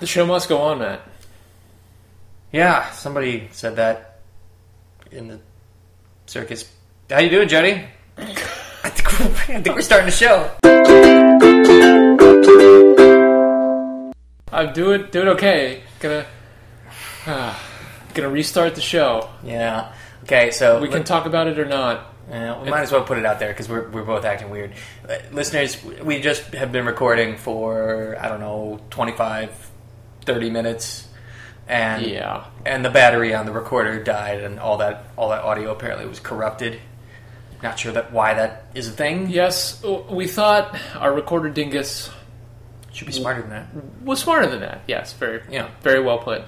The show must go on, Matt. Yeah, somebody said that in the circus. How you doing, Jody? I think we're- I think we're starting the show. I'm doing doing okay. Gonna ah, gonna restart the show. Yeah. Okay, so We can talk about it or not. Uh, we might as well put it out there because we're, we're both acting weird. Uh, listeners, we just have been recording for, I don't know, 25, 30 minutes. And Yeah. and the battery on the recorder died, and all that all that audio apparently was corrupted. Not sure that why that is a thing. Yes, w- we thought our recorder dingus Should be smarter than that. was smarter than that. Yes, very Yeah. very well put.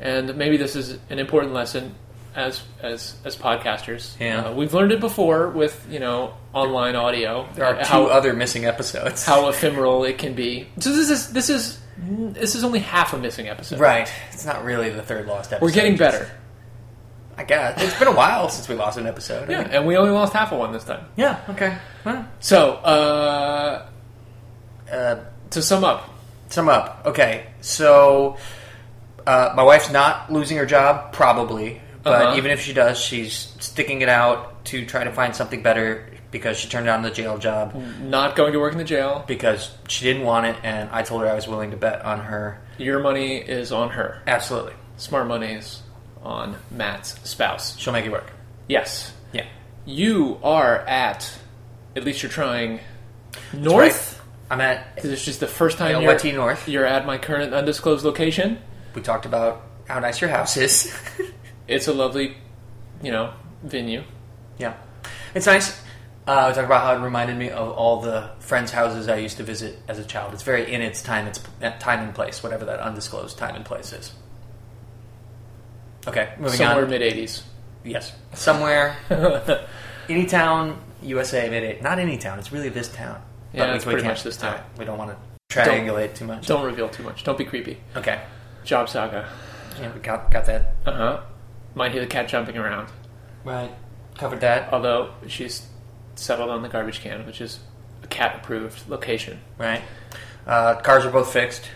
And maybe this is an important lesson as as as podcasters. Yeah. Uh, we've learned it before with you know online audio. uh, There are two how, other missing episodes. how ephemeral it can be. So this is this is this is only half a missing episode. right? It's not really the third lost episode. We're getting better. I guess it's been a while since we lost an episode. I Yeah, mean- and we only lost half of one this time. Yeah. Okay. Well, So, uh, uh, to sum up, sum up. Okay, so uh, my wife's not losing her job, probably, but Uh-huh. even if she does, she's sticking it out to try to find something better because she turned down the jail job not going to work in the jail. because she didn't want it, and I told her I was willing to bet on her. Your money is on her. Absolutely, Smart money is on Matt's spouse. she'll make it work. Yes, Yeah, you are at. At least you're trying. right. North. I'm at 'Cause It's just the first time you're, LYT North. you're at my current undisclosed location. We talked about how nice your house is. It's a lovely, you know, venue. yeah, it's nice. Uh, we talked about how it reminded me of all the friends' houses I used to visit as a child. It's very in its time, its at time and place, whatever that undisclosed time and place is. Okay, moving somewhere on. mid '80s. yes, somewhere, any town, USA, mid eight. Not any town. It's really this town. Yeah, we- it's we pretty can't- much this town. We don't want to triangulate too much. Don't reveal too much. Don't be creepy. Okay, Job saga. yeah, we got got that Uh huh. Might hear the cat jumping around. right. Covered that although she's settled on the garbage can, which is a cat approved location. right. Uh, cars are both fixed.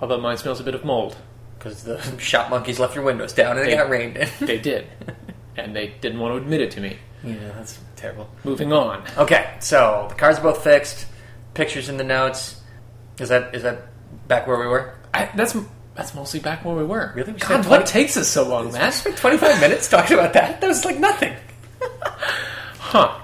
Although mine smells a bit of mold. Because the shop monkeys left your windows down and it They- got rained in. They did. and they didn't want to admit it to me. yeah, that's terrible. Moving on. Okay, so the cars are both fixed. Pictures in the notes. Is that is that back where we were? I, that's that's mostly back where we were. Really? We God, spent what 20 takes us so long, I Matt? spent 25 minutes talking about that. That was like nothing. Huh.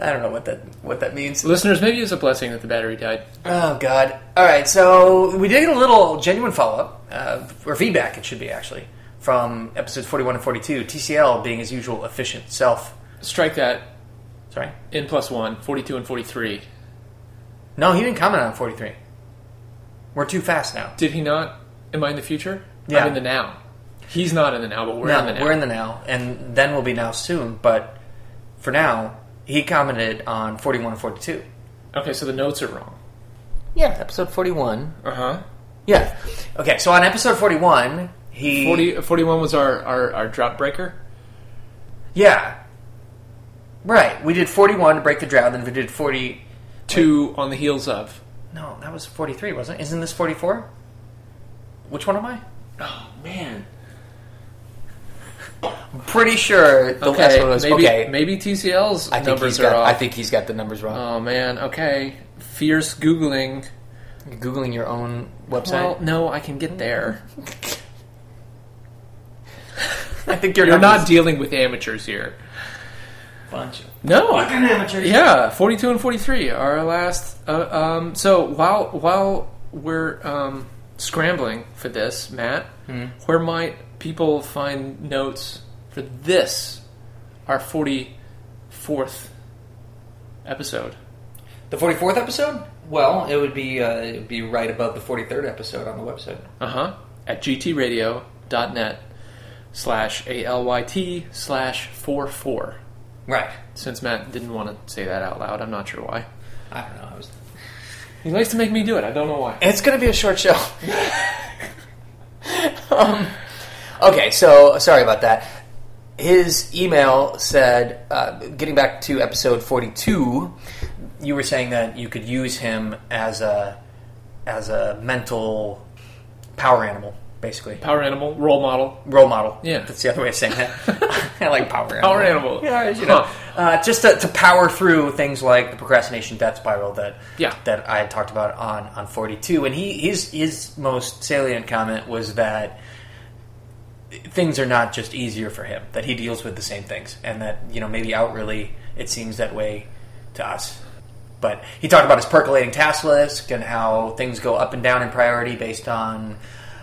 I don't know what that what that means. Listeners, maybe it's a blessing that the battery died. Oh God! All right, so we did get a little genuine follow up uh, or feedback. It should be actually from episodes 41 and 42. TCL being his usual efficient self. Strike that Sorry. in plus one, 42 and 43. No, he didn't comment on 43. We're too fast now. Did he not? Am I in the future? Yeah. I'm in the now. He's not in the now, but we're No, in the now. we're in the now, and then we'll be now soon. But for now, he commented on 41 and 42. okay, so the notes are wrong. Yeah, episode 41. Uh huh. Yeah. Okay, so on episode 41, he. 40, 41 was our, our, our drop breaker. Yeah. Right. We did 41 to break the drought, then we did 40. Two on the heels of. No, that was 43, wasn't it? Isn't this 44? Which one am I? Oh man. I'm pretty sure the last one was. maybe okay. maybe TCL's I think, numbers he's are got, off. I think he's got the numbers wrong. Oh man. Okay. Fierce googling. Googling your own website. Well, no, I can get there. I think You're not numbers- dealing with amateurs here. bunch of No. fucking amateurs. Yeah, 42 and 43 are our last. Uh, um, so while while we're um, scrambling for this, Matt, where might people find notes for this, our 44th episode? The 44th episode? Well, it would be uh, it would be right above the 43rd episode on the website. Uh huh. At gtradio.net slash ALYT slash 44. Right. Since Matt didn't want to say that out loud, I'm not sure why. I don't know. I was... He likes to make me do it. I don't know why. It's going to be a short show. um, okay, so sorry about that. His email said, uh, getting back to episode 42, you were saying that you could use him as a as a mental power animal, basically. Power animal, role model. Role model. Yeah. That's the other way of saying that. I like power animal. Power animal. Yeah, you know. Huh. Uh, just to, to power through things like the procrastination death spiral that Yeah. that I had talked about on, on 42. And he his, his most salient comment was that things are not just easier for him, that he deals with the same things. And that, you know, maybe outwardly it seems that way to us. But he talked about his percolating task list and how things go up and down in priority based on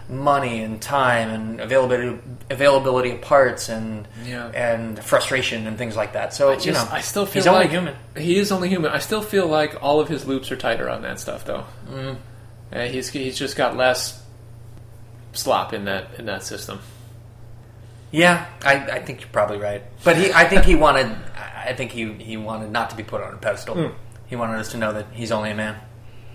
money and time and availability availability of parts and Yeah. and frustration and things like that. So you know, Just- I still feel he's like only human. He is only human. I still feel like all of his loops are tighter on that stuff, though. Mm. he's he's just got less slop in that in that system. Yeah, I, I think you're probably right. But he, I think he wanted, I think he, he wanted not to be put on a pedestal. He wanted us to know that he's only a man,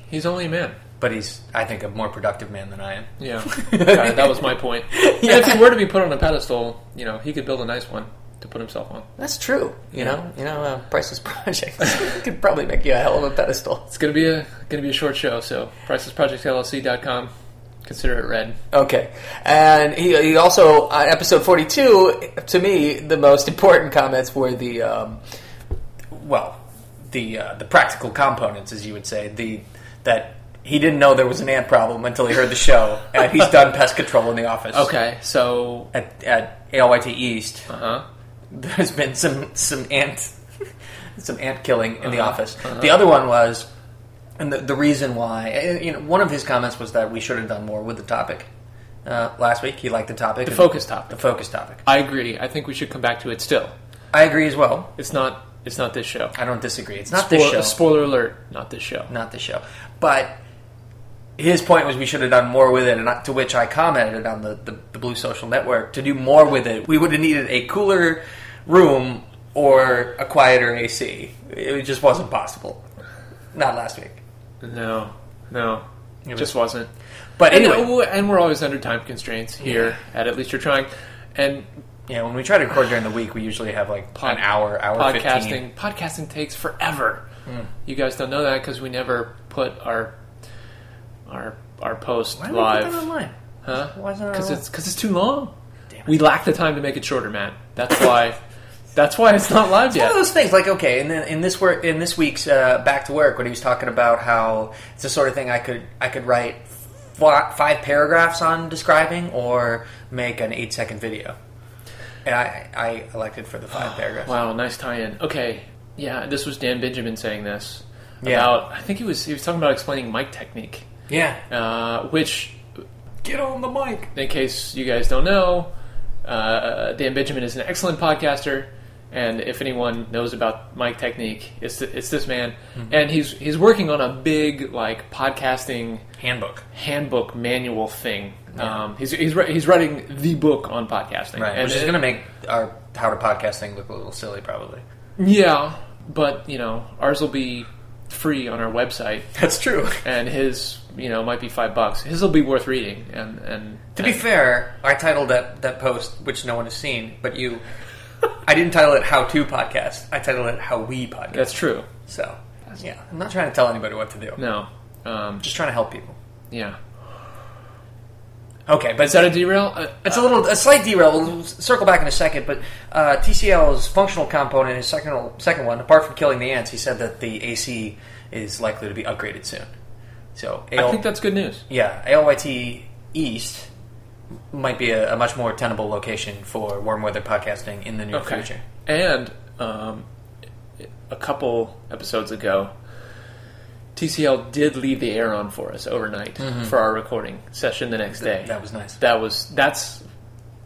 He's only a man. but he's, I think, a more productive man than I am. Yeah, Got it. that was my point. And if he were to be put on a pedestal, you know, he could build a nice one to put himself on. That's true. You know, you know, uh, Price's project could probably make you a hell of a pedestal. It's gonna be a gonna be a short show. So pricelessprojectllc.com. Consider it read. Okay, and he, he also on episode forty two. To me, the most important comments were the, um, well, the uh, the practical components, as you would say. The that he didn't know there was an ant problem until he heard the show, and he's done pest control in the office. Okay, so at, at ALYT East, uh huh. there's been some some ant some ant killing in the Uh-huh, office. uh-huh. The other one was, and the, the reason why, and, you know, one of his comments was that we should have done more with the topic. Uh, last week, he liked the topic, the focus topic. the focus topic. I agree. I think we should come back to it. Still, I agree as well. it's not it's not this show. I don't disagree. It's not Spoil- this show, Spoiler alert, not this show. not this show, but. His point was we should have done more with it, and I- to which I commented on the, the, the Blue Social Network to do more with it. We would have needed a cooler room or a quieter AC. It just wasn't possible. Not last week. No, no, it was- just wasn't. But And, anyway, uh, and we're always under time constraints here at at least you're trying. And yeah, when we try to record during the week, we usually have like Pod- an hour, hour fifteen. Hmm. podcasting, podcasting takes forever. You guys don't know that because we never put our our our post Why do we put that live, online? huh? Why is it not Because online? it's because it's too long. Uh. Damn it. We lack the time to make it shorter, man. That's why. that's why it's not live One of yet. those things, like okay, and then in this work, in this week's uh, back to work, when he was talking about how it's the sort of thing I could I could write fi- five paragraphs on describing or make an eight second video, and I I elected for the five paragraphs. Wow, nice tie-in. Okay, yeah, this was Dan Benjamin saying this Yeah. about. I think he was he was talking about explaining mic technique, Yeah, uh, which, get on the mic. in case you guys don't know, uh, Dan Benjamin is an excellent podcaster, and if anyone knows about mic technique, it's th- it's this man, and he's he's working on a big like podcasting Handbook. handbook manual thing. Um, he's he's, ri- he's writing the book on podcasting, Right, and which is it- going to make our how to podcast thing look a little silly, probably. yeah, but you know ours will be free on our website. That's true. and his you know might be five bucks. His will be worth reading, and and To be fair, I titled that, that post, which no one has seen, but you. I didn't title it How To Podcast. I titled it How We Podcast. that's true. So, yeah, I'm not trying to tell anybody what to do. No, um, Just trying to help people. yeah. Okay, but Is that a derail? Uh, it's a little, a slight derail. We'll s- circle back in a second, but uh, TCL's functional component, his second, second one, apart from killing the ants, he said that the AC is likely to be upgraded soon. So, I think that's good news. Yeah, ALYT East might be a, a much more tenable location for warm weather podcasting in the near Okay. future. And um, a couple episodes ago, TCL did leave the air on for us overnight for our recording session the next day. Mm-hmm. That was nice. that was that's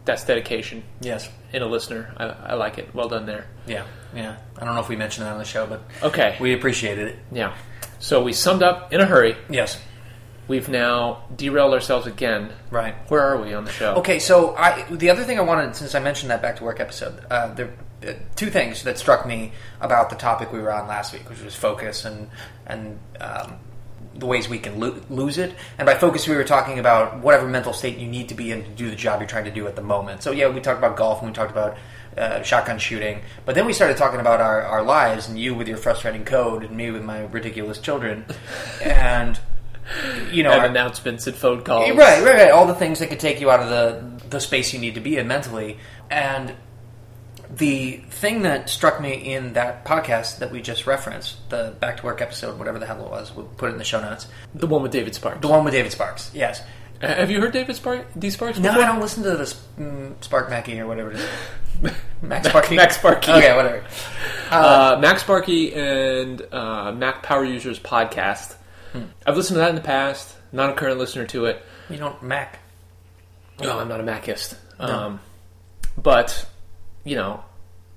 that's dedication Yes. in a listener. I, I like it. Well done there. Yeah. Yeah. I don't know if we mentioned that on the show, but Okay. we appreciated it. yeah. So we summed up in a hurry. Yes. We've now derailed ourselves again. Right. Where are we on the show? Okay, so I the other thing I wanted since I mentioned that back to work episode, uh, there uh, two things that struck me about the topic we were on last week, which was focus and and um, the ways we can lo- lose it. And by focus, we were talking about whatever mental state you need to be in to do the job you're trying to do at the moment. So yeah, we talked about golf and we talked about uh, shotgun shooting, but then we started talking about our, our lives and you with your frustrating code and me with my ridiculous children, and you know, and are- announcements and phone calls. Right, right, right. All the things that could take you out of the the space you need to be in mentally. And the thing that struck me in that podcast that we just referenced, the back to work episode, whatever the hell it was, we'll put it in the show notes. The one with David Sparks. The one with David Sparks. Yes. Uh, Have you heard David Spark? D Sparks? No, before? I don't listen to this mm, Spark Mackey or whatever it is. Max Sparky. Max Sparky. Okay, whatever. Uh, Max Sparky and uh, Mac Power Users podcast. Hmm. I've listened to that in the past. Not a current listener to it. You don't Mac. Uh, No, I'm not a Macist. Um, but you know,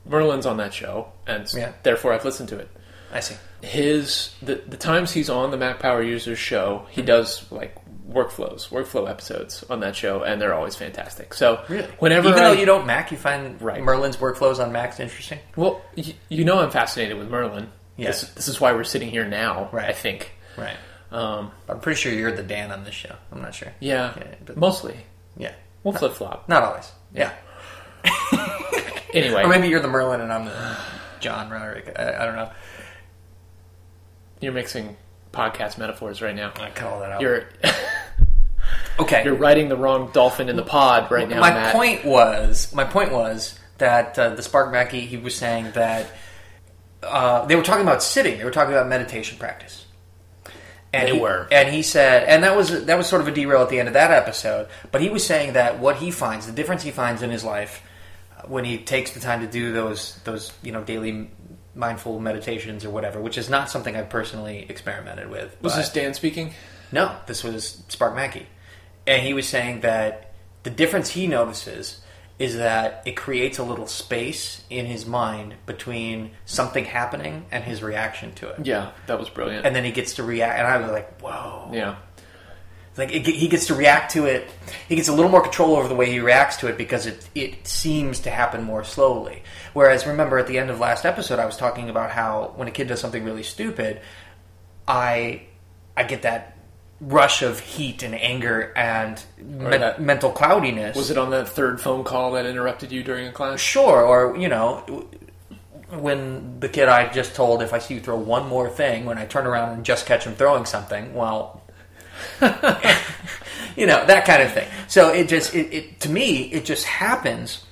Merlin's on that show, and s- Yeah. therefore I've listened to it. I see. His the the times he's on the Mac Power Users show, Hmm. he does like workflows, workflow episodes on that show, and they're always fantastic. So whenever even though I- you don't Mac, you find Right. Merlin's workflows on Macs interesting. Well, y- you know I'm fascinated with Merlin. Yes. This, this is why we're sitting here now, Right. I think. Right. Um, I'm pretty sure you're the Dan on this show. I'm not sure. yeah, Yeah, but- mostly. Yeah. We'll flip flop. Not always. Yeah. Anyway, Or maybe you're the Merlin and I'm the John Roderick. I, I don't know. you're mixing podcast metaphors right now. I cut all that out. You're okay. you're riding the wrong dolphin in the pod right now, my Matt. point was my point was that uh, the Spark Mackey he was saying that uh, they were talking about sitting. They were talking about meditation practice. And They he, were. and he said, and that was that was sort of a derail at the end of that episode. But he was saying that what he finds, the difference he finds in his life, uh, when he takes the time to do those those you know daily mindful meditations or whatever, which is not something I personally experimented with. was but- this Dan speaking? no, this was Spark Mackey. And he was saying that the difference he notices is that it creates a little space in his mind between something happening and his reaction to it. Yeah, that was brilliant. And then he gets to react, and I was like, whoa. yeah. It's Like it, he gets to react to it. He gets a little more control over the way he reacts to it because it it seems to happen more slowly. Whereas, remember at the end of last episode, I was talking about how when a kid does something really stupid, I I get that rush of heat and anger and me- that- mental cloudiness. Was it on that third phone call that interrupted you during a class? Sure, or you know, w- when the kid I just told, if I see you throw one more thing, when I turn around and just catch him throwing something, well, you know that kind of thing. So it just, it, it to me, it just happens,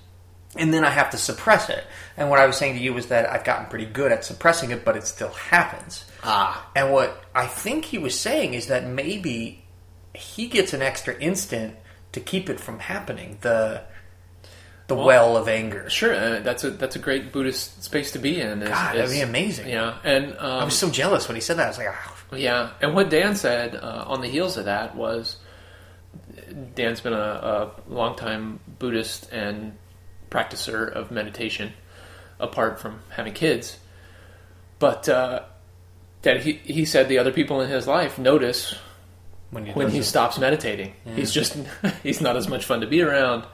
and then I have to suppress it. And what I was saying to you was that I've gotten pretty good at suppressing it, but it still happens. Ah. And what I think he was saying is that maybe he gets an extra instant to keep it from happening. The the well of anger. Sure, uh, that's a that's a great Buddhist space to be in. is- God, that'd is- be amazing. Yeah, and um, I was so jealous when he said that. I was like, ah, Yeah, and what Dan said uh, on the heels of that was Dan's been a, a longtime Buddhist and practicer of meditation, apart from having kids. But uh, that he he said the other people in his life notice when you when he stops meditating. He's just he's not as much fun to be around.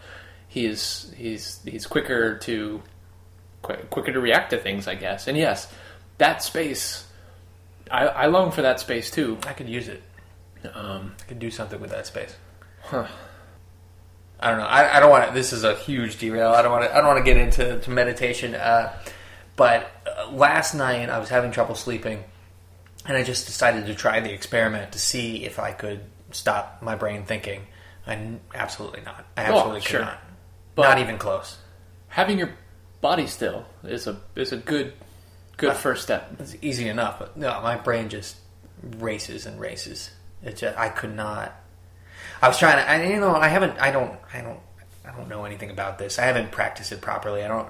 He's he's he's quicker to qui- quicker to react to things, I guess. And yes, that space. I, I long for that space too. I could use it. Um, I could do something with that space. I don't know. I, I don't want to. This is a huge derail. I don't want to. I don't want to get into to meditation. Uh, but uh, last night I was having trouble sleeping, and I just decided to try the experiment to see if I could stop my brain thinking. And absolutely not. I Well, absolutely could sure. not. But- not even close. having your body still is a is a good good first step. It's easy enough, but no, my brain just races and races. It just I could not. I was trying to. I, you know, I haven't. I don't. I don't. I don't know anything about this. I haven't practiced it properly. I don't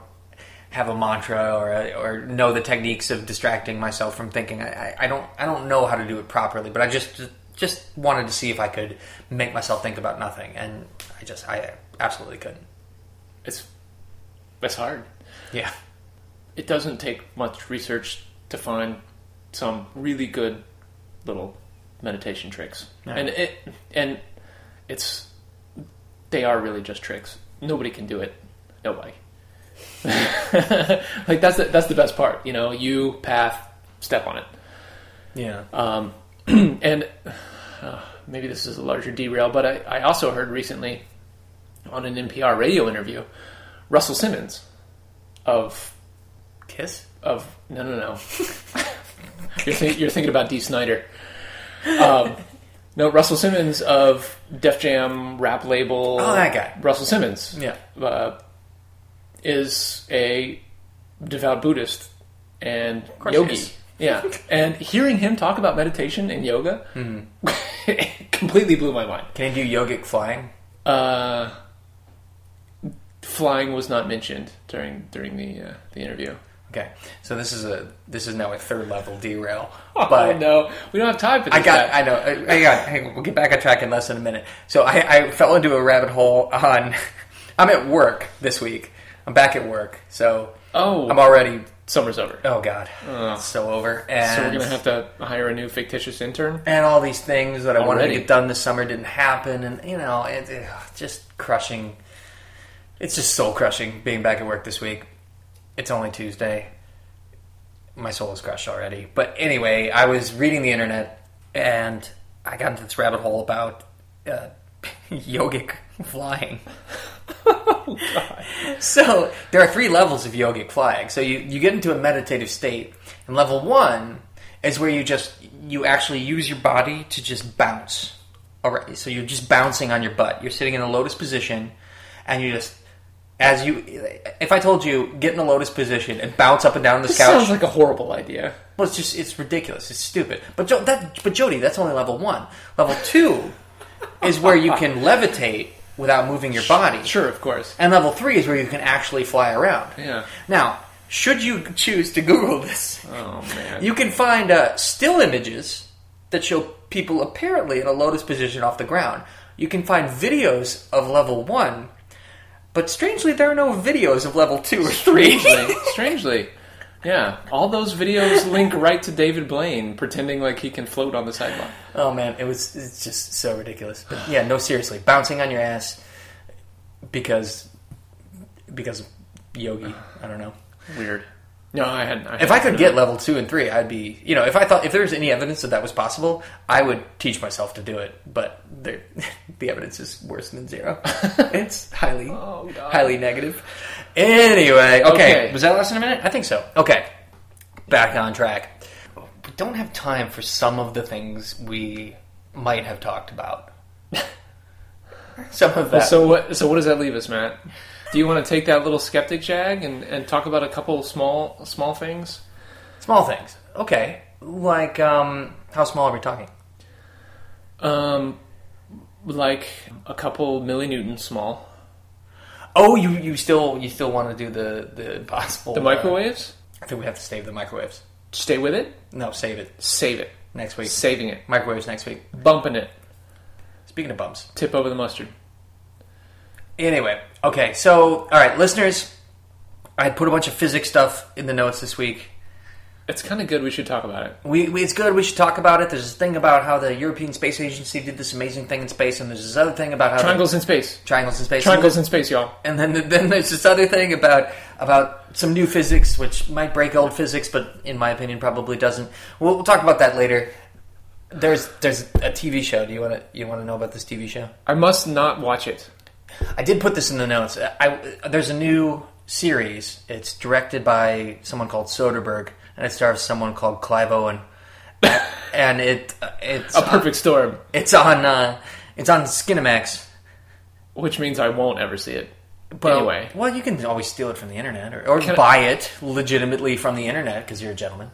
have a mantra or a, or know the techniques of distracting myself from thinking. I, I, I don't. I don't know how to do it properly. But I just just wanted to see if I could make myself think about nothing, and I just I absolutely couldn't. It's it's hard. Yeah. It doesn't take much research to find some really good little meditation tricks, No. and it and it's they are really just tricks. Nobody can do it. Nobody. like that's the, that's the best part. You know, you path step on it. Yeah. Um, and uh, maybe this is a larger derail, but I, I also heard recently on an NPR radio interview Russell Simmons of Kiss. of no no no. you're, think, you're thinking about D. Snyder. Um, No, Russell Simmons of Def Jam rap label. Oh, that guy. Russell Simmons Yeah. uh, is a devout Buddhist and course he yogi. is. Yeah, and hearing him talk about meditation and yoga Mm-hmm. completely blew my mind. Can he do yogic flying? Uh, flying was not mentioned during during the uh, the interview. Okay, so this is a this is now a third level derail, oh but no, we don't have time for this. I got guy. I know I, I got hang on, we'll get back on track in less than a minute. So I, I fell into a rabbit hole on I'm at work this week. I'm back at work, so oh, I'm already summer's over, oh god, it's so over. And so we're gonna have to hire a new fictitious intern. and all these things that I wanted Already. to get done this summer didn't happen, and you know, it, it- just crushing. It's just soul crushing being back at work this week. It's only Tuesday. My soul is crushed already. But anyway, I was reading the internet and I got into this rabbit hole about uh, yogic flying. So there are three levels of yogic flying. So you, you get into a meditative state, and level one is where you just you actually use your body to just bounce. All right, so you're just bouncing on your butt. You're sitting in a lotus position, and you just as you. If I told you get in a lotus position and bounce up and down this This couch, sounds like a horrible idea. well, it's just it's ridiculous. It's stupid. But jo- that but Jody, that's only level one. Level two is where you can levitate without moving your body. Sure, of course. And level three is where you can actually fly around. Yeah. Now, should you choose to Google this, Oh man. you can find uh, still images that show people apparently in a lotus position off the ground. You can find videos of level one, but strangely, there are no videos of level two or three. strangely, strangely. Yeah, all those videos link right to David Blaine pretending like he can float on the sideline. oh man, it was it's just so ridiculous. But yeah, no, seriously, bouncing on your ass because because of yogi. I don't know. Weird. No, I hadn't. If I could get level two and three, I'd be, you know, if I thought if there was any evidence that that was possible, I would teach myself to do it. But there, the evidence is worse than zero. it's highly, Oh, God. highly negative. Anyway, okay. Okay. was that less than a minute? I think so. Okay, back on track. We don't have time for some of the things we might have talked about. some of that. so what? So what does that leave us, Matt? Do you want to take that little skeptic jag and, and talk about a couple small small things? small things. Okay, like um, how small are we talking? Um, like a couple millinewtons small. Oh, you, you still you still want to do the the possible The microwaves. I think we have to save the microwaves. Stay with it. No, save it Save it. next week. Saving it. Microwaves next week. Bumping it. Speaking of bumps. Tip over the mustard. Anyway, okay, so all right, listeners, I put a bunch of physics stuff in the notes this week. It's kind of good. We should talk about it. We, we it's good. We should talk about it. There's this thing about how the European Space Agency did this amazing thing in space, and there's this other thing about how the- Triangles in space. triangles in space. Triangles in space, y'all. And then then there's this other thing about about some new physics, which might break old physics, but in my opinion probably doesn't. We'll, we'll talk about that later. There's there's a TV show. Do you want to you want to know about this TV show? I must not watch it. I did put this in the notes. I, I- there's a new series. It's directed by someone called Soderbergh, and it stars someone called Clive Owen. and it it's A perfect storm, it's on uh, it's on Skinemax. which means I won't ever see it. But Well, anyway, well, you can always steal it from the internet or, or Can I- buy it legitimately from the internet because you're a gentleman.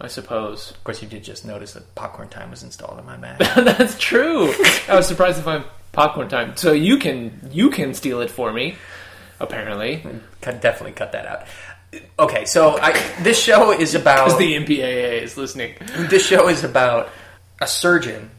I suppose Of course, you did just notice that popcorn time was installed on my Mac. that's true. I was surprised to find popcorn time. So you can you can steal it for me, apparently, cut, definitely cut that out. Okay, so I, this show is about because the MPAA is listening. this show is about a surgeon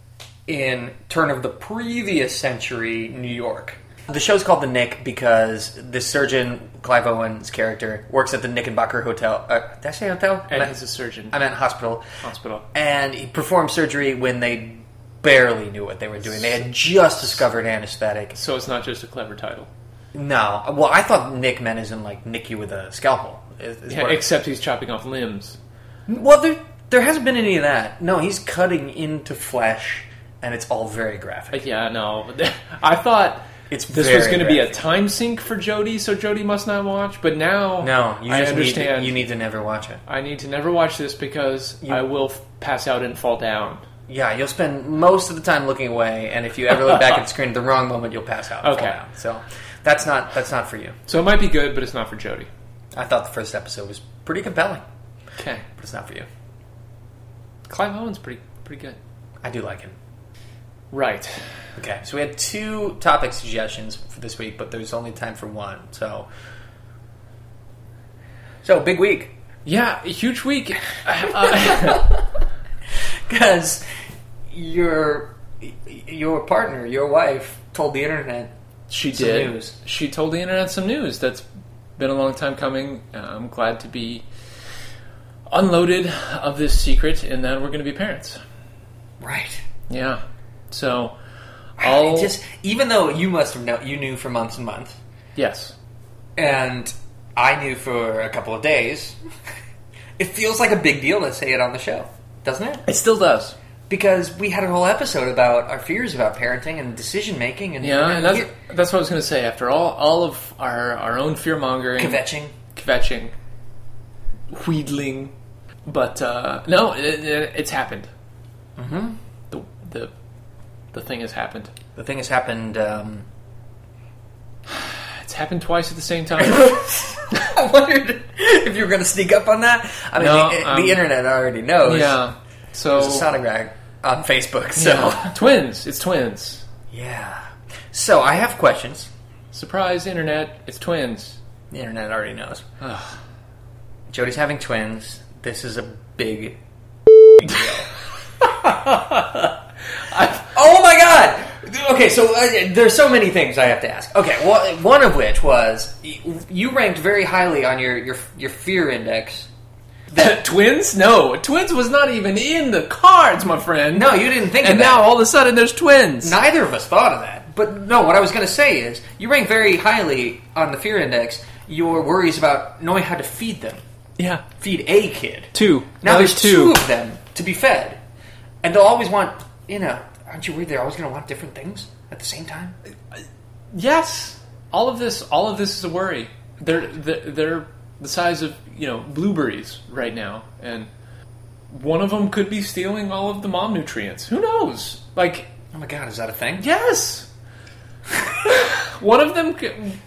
in turn of the previous century New York. The show's called The Nick because this surgeon, Clive Owen's character, works at the Knickenbocker Hotel. Uh, did I say hotel? I And meant, he's a surgeon. I meant hospital. Hospital. And he performed surgery when they barely knew what they were doing. They had just discovered anesthetic. So it's not just a clever title. No. Well, I thought Nick meant as in, like, nick you with a scalpel. is- is Yeah, what- except he's chopping off limbs. Well, there there hasn't been any of that. No, he's cutting into flesh, and it's all very graphic. But yeah, no. I thought It's this very was going to be a graphic. time sink for Jody, so Jody must not watch. But now, No, you I just understand. Need to, you need to never watch it. I need to never watch this because I will f- pass out and fall down. yeah, you'll spend most of the time looking away, and if you ever look back at the screen at the wrong moment, you'll pass out. and fall Okay. down. so that's not that's not for you. So it might be good, but it's not for Jody. I thought the first episode was pretty compelling, Okay. but it's not for you. Clive Owen's pretty pretty good. I do like him. Right. Okay, so we had two topic suggestions for this week, but there's only time for one. So, so big week Yeah, a huge week. Uh, because your your partner, your wife, told the internet she Some did. news. She told the internet some news that's been a long time coming. Uh, I'm glad to be unloaded of this secret, and that we're going to be parents. right. Yeah. So, Oh, I'll just even though you must have known, you knew for months and months, yes. and I knew for a couple of days. It feels like a big deal to say it on the show, doesn't it? It still does. Because we had a whole episode about our fears about parenting and decision making, and Yeah, and that's that's what I was going to say. After all, all of our our own fear mongering, kvetching. kvetching, wheedling. But uh, no, it, it, it's happened. Mm-hmm. The, the the thing has happened. The thing has happened. Um, It's happened twice at the same time. I wondered if you were going to sneak up on that. I mean, No, the, um, the internet already knows. yeah. So There's a sonogram on Facebook. So yeah. yeah. twins. It's twins. So I have questions. Surprise, internet. It's twins. The internet already knows. Ugh. Jody's having twins. This is a big. I, Oh my god! Okay, so uh, there's so many things I have to ask. Okay, well, one of which was y- you ranked very highly on your your, your fear index. twins? No, twins was not even in the cards, my friend. No, you didn't think. And of that. now all of a sudden there's twins. Neither of us thought of that. But no, what I was going to say is you rank very highly on the fear index your worries about knowing how to feed them. yeah, Feed a kid. two. Now there's two. of them to be fed. And they'll always want, you know, aren't you worried they're always going to want different things at the same time? Yes, all of this, all of this is a worry. They're they're, they're the size of you know blueberries right now, and one of them could be stealing all of the mom nutrients. Who knows? Like, Oh my god, is that a thing? yes, one of them c-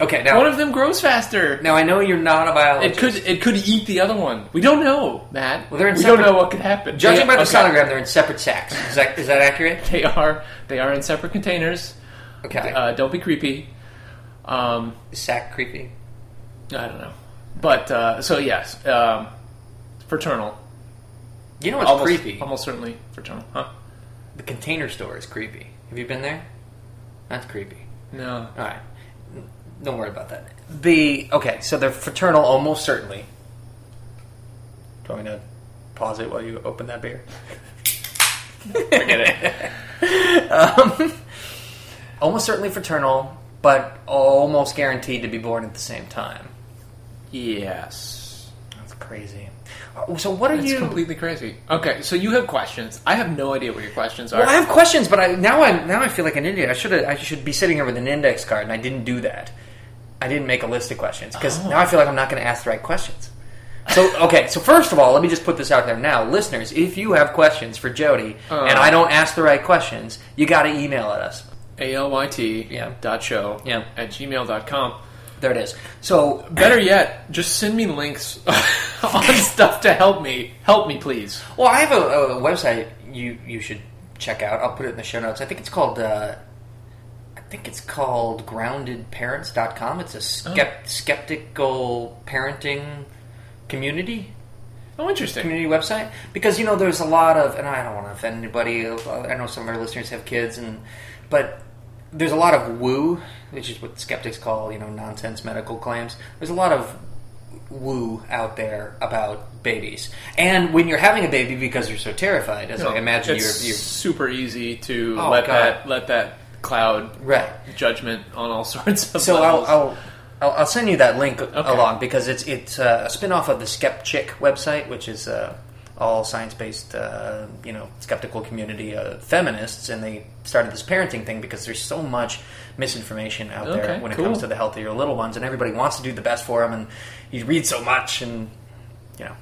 Okay, now one of them grows faster. now I know you're not a biologist. it could it could eat the other one. We don't know, Matt. Well, they're in we don't separate- know what could happen. Judging by the okay. sonogram, they're in separate sacks. Is that is that accurate? they are they are in separate containers. Okay. Uh, don't be creepy. Um, Is sack creepy. I don't know. But uh, so yes, um, fraternal. You know what's almost, creepy? Almost certainly fraternal, huh? The container store is creepy. Have you been there? That's creepy. No. All right. N- Don't worry about that. The okay, so they're fraternal almost certainly. Do you want me to pause it while you open that beer? Forget it. Um, almost certainly fraternal, but almost guaranteed to be born at the same time. yes. That's crazy. Uh, So what are It's you? completely crazy. Okay, so you have questions. I have no idea what your questions are. well, I have questions, but I now I now I feel like an idiot. I should I should be sitting here with an index card, and I didn't do that. I didn't make a list of questions because now I feel like I'm not going to ask the right questions. So okay, so first of all, let me just put this out there now, listeners. If you have questions for Jody and I don't ask the right questions, you got to email at us. A-L-Y-T Yeah. dot show Yeah. at gmail.com. There it is. So Better yet, just send me links on stuff to help me. Help me, please. Well, I have a, a website you you should check out. I'll put it in the show notes. I think it's called uh, I think it's called groundedparents.com. It's a skep- skeptical parenting community Oh, interesting. community website because you know there's a lot of and I don't want to offend anybody. I know some of our listeners have kids and but there's a lot of woo, which is what skeptics call you know nonsense medical claims. There's a lot of woo out there about babies, and when you're having a baby because you're so terrified, as I imagine you're, it's you're super easy to Oh, let God. that let that cloud right. judgment on all sorts of So I'll, levels. I'll I'll I'll send you that link along because it's it's uh, a spin-off of the Skeptic website, which is uh, all science-based, uh, you know, skeptical community of feminists, and they started this parenting thing because there's so much misinformation out there Okay, when it cool. comes to the healthier little ones, and everybody wants to do the best for them, and you read so much, and you know,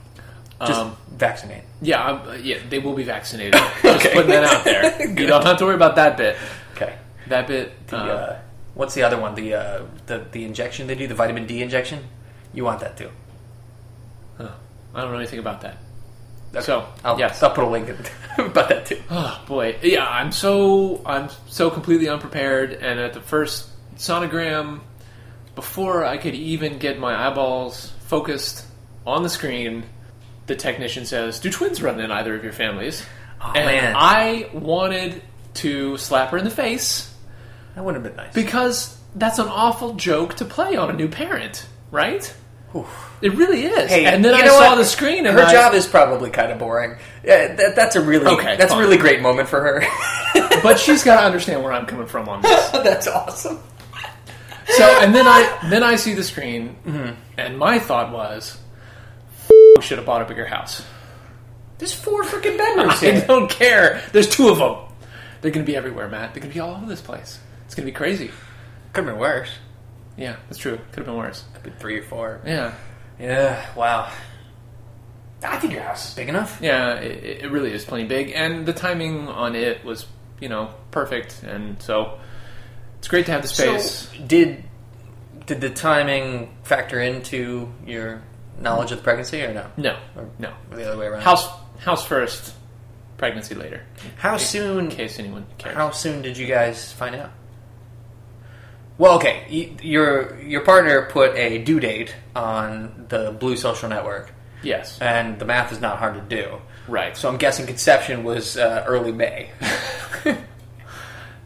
Just Um, vaccinate. yeah, I'm, uh, yeah, they will be vaccinated. Just Okay. putting that out there. you Good. don't have to worry about that bit. Okay. That bit. The, uh, uh, what's the other one? The, uh, the the injection they do, the vitamin D injection. You want that too? huh, I don't know anything about that. Okay. So, I'll, yes. I'll put a link in about that too. Oh boy, yeah, I'm so I'm so completely unprepared, and at the first sonogram, before I could even get my eyeballs focused on the screen, the technician says, "Do twins run in either of your families?" Oh, and man. I wanted to slap her in the face That would have been nice. because that's an awful joke to play on a new parent, right? Oof. It really is. Hey, and then you I know saw what? the screen, and her I- job is probably kind of boring. Yeah, that, that's a really Okay, that's fine. a really great moment for her. but she's got to understand where I'm coming from on this. that's awesome. So and then I then I see the screen, and my thought was, we should have bought a bigger house. There's four freaking bedrooms I here. don't care. There's two of them. They're going to be everywhere, Matt. They're going to be all over this place. It's going to be crazy. Could have been worse. Yeah, that's true. Could have been worse. Could be three or four. Yeah, Yeah. Wow. I think your house is big enough. yeah. It, it really is plenty big, and the timing on it was, you know, perfect. And so it's great to have the space. So did did the timing factor into your knowledge of the pregnancy or no? no, Or no. the other way around. House, house first, pregnancy later. how soon In case anyone cares. Hmm. How soon did you guys find out? Well, okay, y- your your partner put a due date on the Blue Social Network, Yes, and the math is not hard to do. right. So I'm guessing conception was uh, early May.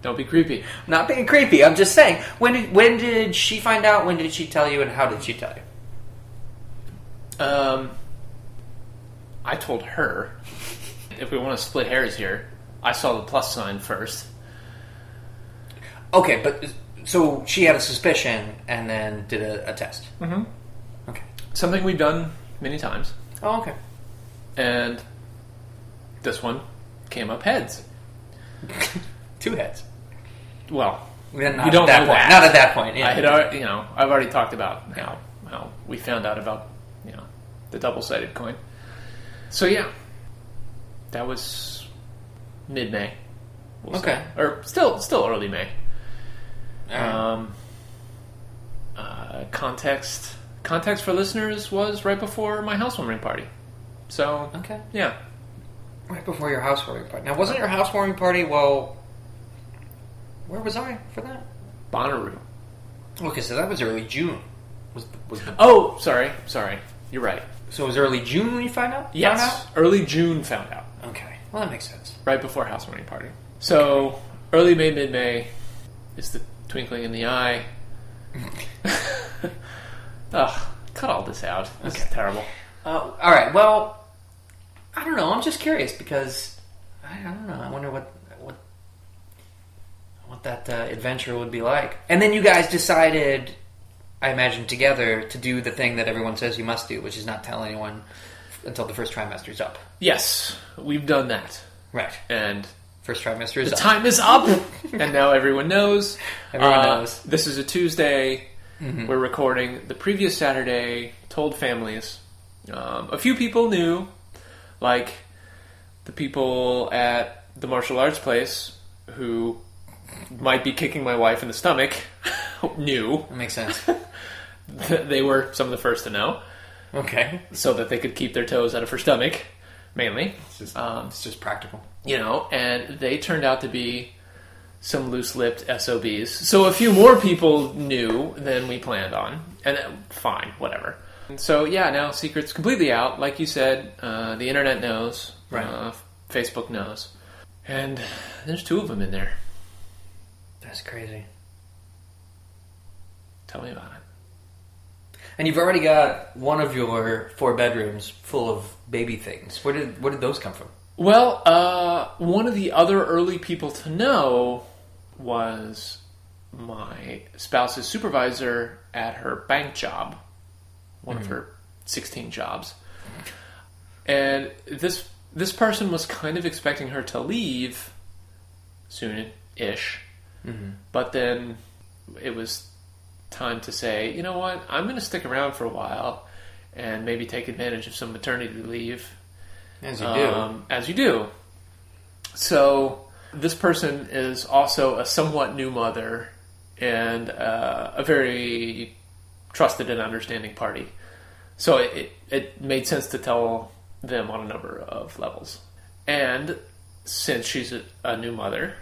Don't be creepy. not being creepy, I'm just saying. When did, when did she find out? When did she tell you? And how did she tell you? Um, I told her, if we want to split hairs here, I saw the plus sign first. Okay, but so she had a suspicion and then did a, a test. Mhm. Okay. Something we've done many times, Oh, okay. and this one came up heads. Two heads. Well, Not We don't at that know point. that. Not at that point. Yeah. I had already, you know, I've already talked about how how we found out about you know the double sided coin. So yeah, that was mid May. Okay. or still still early May. All right. Um, uh, context context for listeners was right before my housewarming party. So okay. yeah, Right before your housewarming party. Now, wasn't your housewarming party, well, where was I for that? Bonnaroo. Okay, so that was early June. Was, was the, Oh, sorry, sorry. You're right. so it was early June when you found out? Yes, Found early June found out out? Okay. Well, that makes sense. right before housewarming party. So early May, mid May is the twinkling in the eye. Ugh, cut all this out. This is Okay. terrible. Uh, all right. Well, I don't know. I'm just curious because I, I don't know. I wonder what what what that uh, adventure would be like. And then you guys decided, I imagine, together to do the thing that everyone says you must do, which is not tell anyone until the first trimester's up. Yes, we've done that, Right. and First trimester is The up. time is up, and now everyone knows. Everyone Uh, knows. Mm-hmm. This is a Tuesday. We're recording. The previous Saturday, told families. Um, a few people knew, like the people at the martial arts place who might be kicking my wife in the stomach knew. That makes sense. they were some of the first to know, Okay. so that they could keep their toes out of her stomach, mainly. It's just, Um, it's just practical. you know, and they turned out to be some loose-lipped SOBs. So a few more people knew than we planned on, and uh, fine, whatever. And so yeah, now secrets completely out. Like you said, uh, the internet knows, Right. uh, Facebook knows, and there's two of them in there. That's crazy. Tell me about it. And you've already got one of your four bedrooms full of baby things. Where did where did those come from? Well, uh, one of the other early people to know was my spouse's supervisor at her bank job, one of her 16 jobs. And this this person was kind of expecting her to leave soon ish. But then it was time to say, you know what, I'm going to stick around for a while and maybe take advantage of some maternity leave As you um, as you do. So this person is also a somewhat new mother and uh, a very trusted and understanding party. So it, it, it made sense to tell them on a number of levels. And since she's a, a new mother,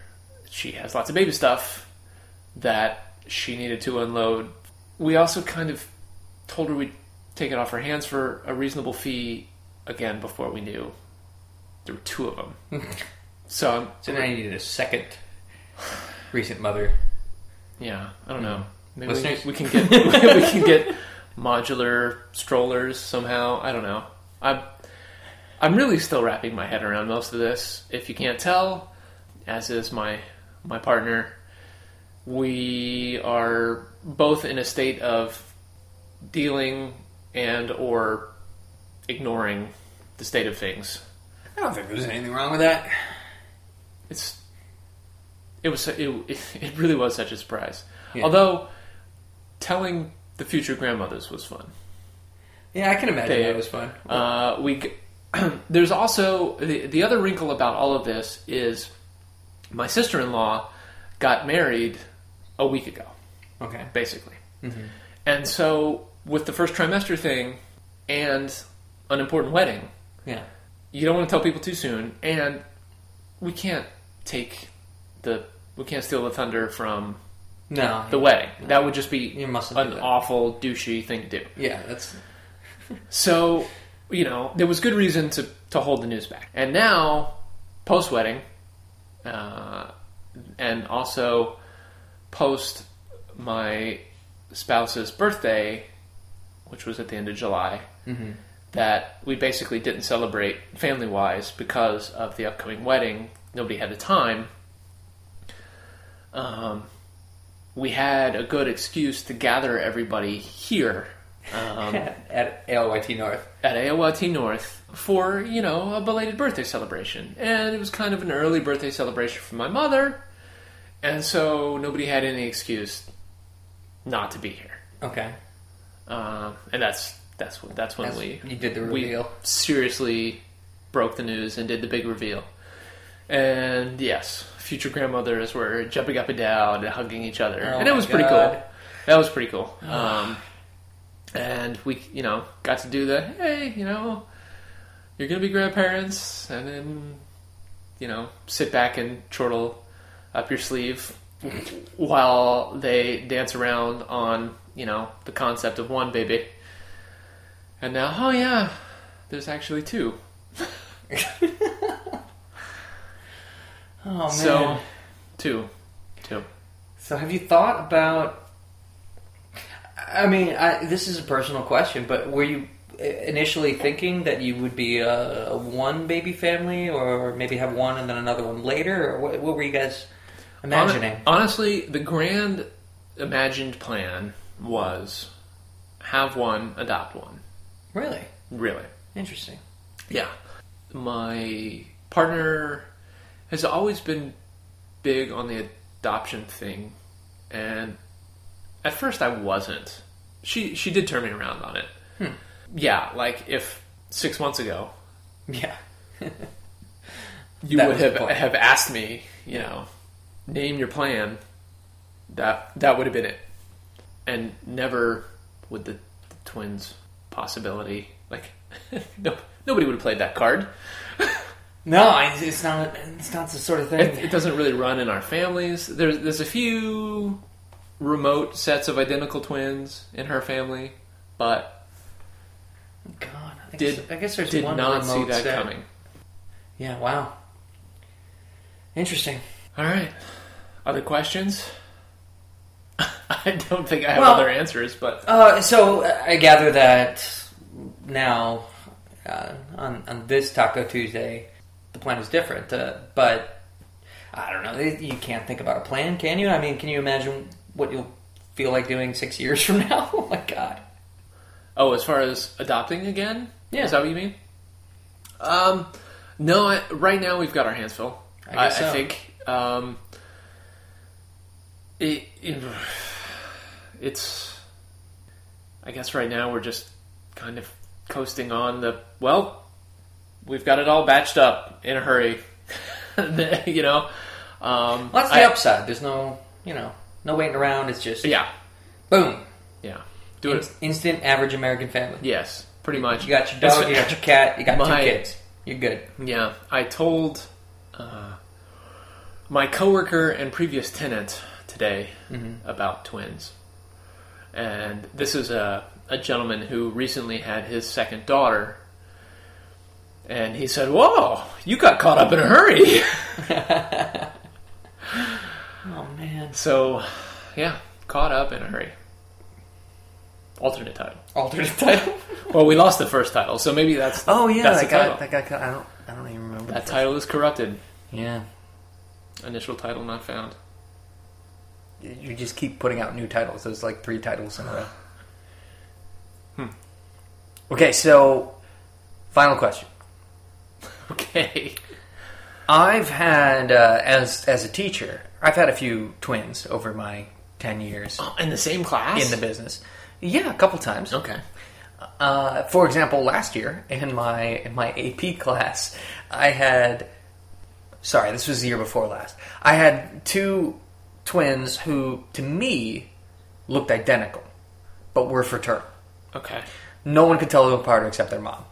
she has lots of baby stuff that she needed to unload. We also kind of told her we'd take it off her hands for a reasonable fee again before we knew there were two of them. so I'm, do. So now you need a second recent mother. yeah, I don't know. Maybe we, Listeners? we can get we can get modular strollers somehow. I don't know. I'm I'm really still wrapping my head around most of this. If you can't tell, as is my my partner, we are both in a state of dealing and or ignoring the state of things. I don't think there's anything wrong with that. it's it was it, it really was such a surprise. Yeah. Although telling the future grandmothers was fun. Yeah, I can imagine They- that was fun. Uh, we g- there's also the the other wrinkle about all of this is my sister in law got married a week ago, Okay. basically, and so with the first trimester thing and an important wedding, Yeah. you don't want to tell people too soon, and we can't take the we can't steal the thunder from No. the wedding. That would just be You mustn't do an that. awful douchey thing to do. yeah, that's So, you know, there was good reason to to hold the news back. And now, post wedding, uh, and also post my spouse's birthday, which was at the end of July, that we basically didn't celebrate family wise because of the upcoming wedding. Nobody had the time. Um, we had a good excuse to gather everybody here. Um, at, at ALYT North. at AOLT North for, you know, a belated birthday celebration. And it was kind of an early birthday celebration for my mother, and so nobody had any excuse not to be here. Okay. Um, and that's that's when that's when That's- we you did the we reveal. seriously broke the news and did the big reveal. And yes, future grandmothers were jumping up and down and hugging each other, Oh and it my was pretty God. cool. That was pretty cool. Um, and we, you know, got to do the hey, you know, you're gonna be grandparents, and then you know, sit back and chortle up your sleeve while they dance around on, you know, the concept of one baby. And now, oh yeah, there's actually two. Oh man. So, two. Two. So have you thought about? I mean, I, this is a personal question, but were you initially thinking that you would be a, a one baby family, or maybe have one and then another one later, or what, what were you guys imagining? Hon- honestly, the grand imagined plan was have one, adopt one. really Really. interesting. Yeah. My partner has always been big on the adoption thing and at first I wasn't. She she did turn me around on it. Yeah, like if 6 months ago Yeah. you That would was the have plan. have asked me, you know, name your plan. That that would have been it, and never would the, the twins possibility like no, nobody would have played that card. No, I- it's not. It's not the sort of It, thing. it doesn't really run in our families. There's there's a few remote sets of identical twins in her family, but God, I guess, Did- I guess there's did one not see remote that set. coming. Yeah. Wow. Interesting. All right, other questions? I don't think I have Well- other answers, but Uh, so uh, I gather that now uh, on on this Taco Tuesday, the plan is different. Uh, but I don't know. it- You can't think about a plan, can you? I mean, can you imagine what you'll feel like doing six years from now? oh my god. Oh, as far as adopting again? Yeah. Is that what you mean? Um, no, I, right now we've got our hands full. I guess I, so. think. Um, it, it- it's. I guess right now we're just kind of coasting on the well, we've got it all batched up in a hurry. you know, um, Well, that's the I- upside. There's no, you know, no waiting around. It's just Yeah, boom, yeah. Do it. Inst- instant average American family. Yes, pretty much. You got your That's dog, what- you got your cat, you got My- two kids. You're good. Yeah, I told uh, my coworker and previous tenant today about twins, and this is a a gentleman who recently had his second daughter, and he said, "Whoa, you got caught up in a hurry." Oh man, so, yeah, caught up in a hurry. Alternate title. alternate title. Well, we lost the first title, so maybe that's Oh yeah, That's that the got, title. that got. I don't. I don't even remember. that title is corrupted. Yeah, Initial title not found. you just keep putting out new titles. There's like three titles in a row. Okay, so final question. Okay. I've had uh, as as a teacher, I've had a few twins over my ten years In the same class. in the business. Yeah, a couple times. okay. Uh, for example, last year in my in my AP class, I had sorry, this was the year before last. I had two twins who, to me, looked identical, but were fraternal. Okay. No one could tell them apart except their mom.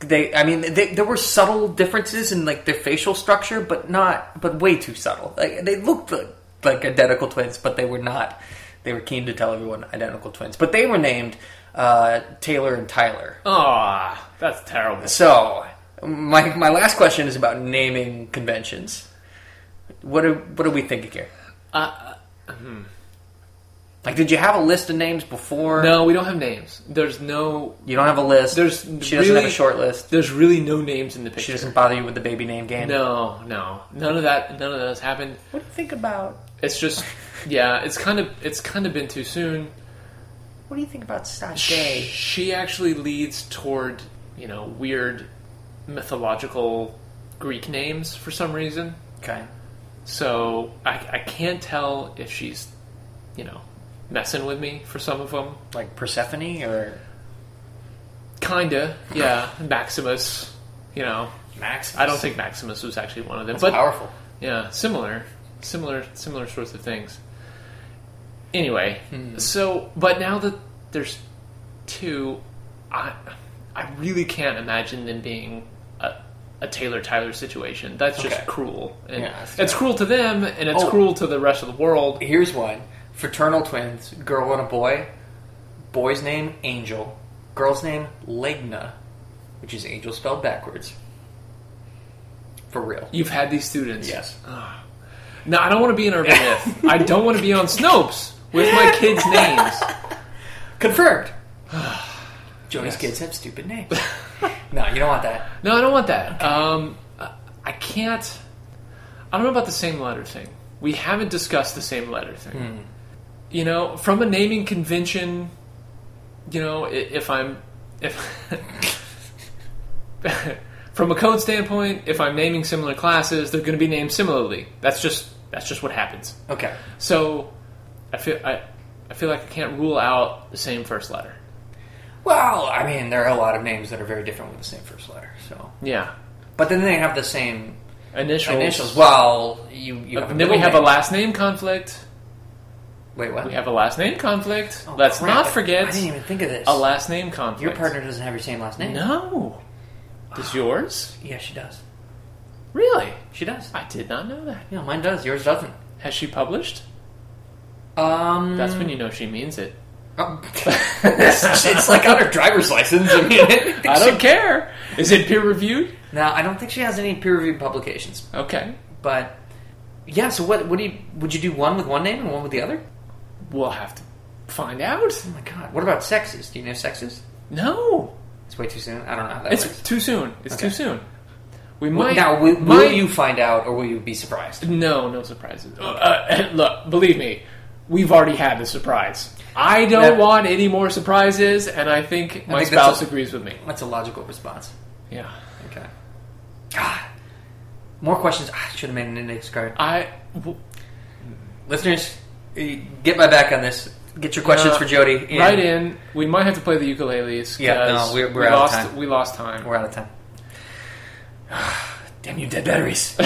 They, I mean, they, there were subtle differences in like their facial structure, but not, but way too subtle. Like they looked like, like identical twins, but they were not. They were keen to tell everyone identical twins, but they were named uh, Taylor and Tyler. Ah, that's terrible. So my my last question is about naming conventions. What are what are we thinking here? Uh, Like, did you have a list of names before? no, we don't have names. There's no. you don't have a list. There's she doesn't have really- a short list. There's really no names in the She picture. doesn't bother you with the baby name game. No, no, none of that. None of that has happened. What do you think about It's just, yeah, it's kind of, it's kind of been too soon. what do you think about sake? She actually leads toward, you know, weird, mythological Greek names for some reason. Okay. So I, I can't tell if she's, you know, messing with me for some of them. Like Persephone or Kinda, yeah. Maximus, you know. Max? I don't think Maximus was actually one of them, it's but powerful. yeah, similar, similar, similar sorts of things. Anyway, Hmm. so but now that there's two, I I really can't imagine them being a, a Taylor Tyler situation. That's just Okay. cruel, and Yeah, that's it's cruel to them, and it's Oh. cruel to the rest of the world. Here's one. Fraternal twins, girl and a boy. Boy's name Angel. Girl's name Legna, which is Angel spelled backwards. For real. You've had these students, Yes. No, I don't want to be an urban myth. I don't want to be on Snopes with my kids' names. Confirmed. Jody's Yes. kids have stupid names. no, you don't want that. No, I don't want that. Um, I- I can't. I don't know about the same letter thing. We haven't discussed the same letter thing. Hmm. You know, from a naming convention, you know, i- if I'm if from a code standpoint, if I'm naming similar classes, they're going to be named similarly. That's just that's just what happens. Okay. So, I feel I, I feel like I can't rule out the same first letter. Well, I mean, there are a lot of names that are very different with the same first letter, so. Yeah, But then they have the same initials. initials. Well, you, you have a And then we middle have a name. last name conflict. Wait, what? We have a last name conflict. Oh, Let's crap. not I- I forget didn't even think of this. a last name conflict. Your partner doesn't have your same last name. No. Does yours? Yeah, she does. Really? She does. I did not know that. Yeah, mine does. Yours doesn't. Has she published? Um. That's when you know she means it. Oh. it's, it's like on her driver's license. I mean, I don't care. Is it peer reviewed? Now, I don't think she has any peer-reviewed publications, Okay. but yeah. So what? What do you? Would you do one with one name and one with the other? We'll have to find out. Oh my god. What about sexes? Do you know sexes? No. It's way too soon. I don't know. How that It's works. too soon. It's Okay. too soon. We might now, will, will might- you find out, or will you be surprised? No, no surprises. Uh, Uh, look, believe me, we've already had the surprise. I don't Yeah. want any more surprises, and I think my think that's spouse a- agrees with me. That's a logical response. Yeah, Okay. God. More questions. I should have made an index card. I. w- Listeners, eh, get my back on this. Get your questions Uh, for Jody. in. Right in. We might have to play the ukuleles. Yeah, no, 'cause we're- we're we out of lost, time. We lost time. We're out of time. Damn you, dead batteries.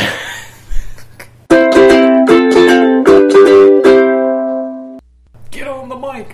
Get on the mic.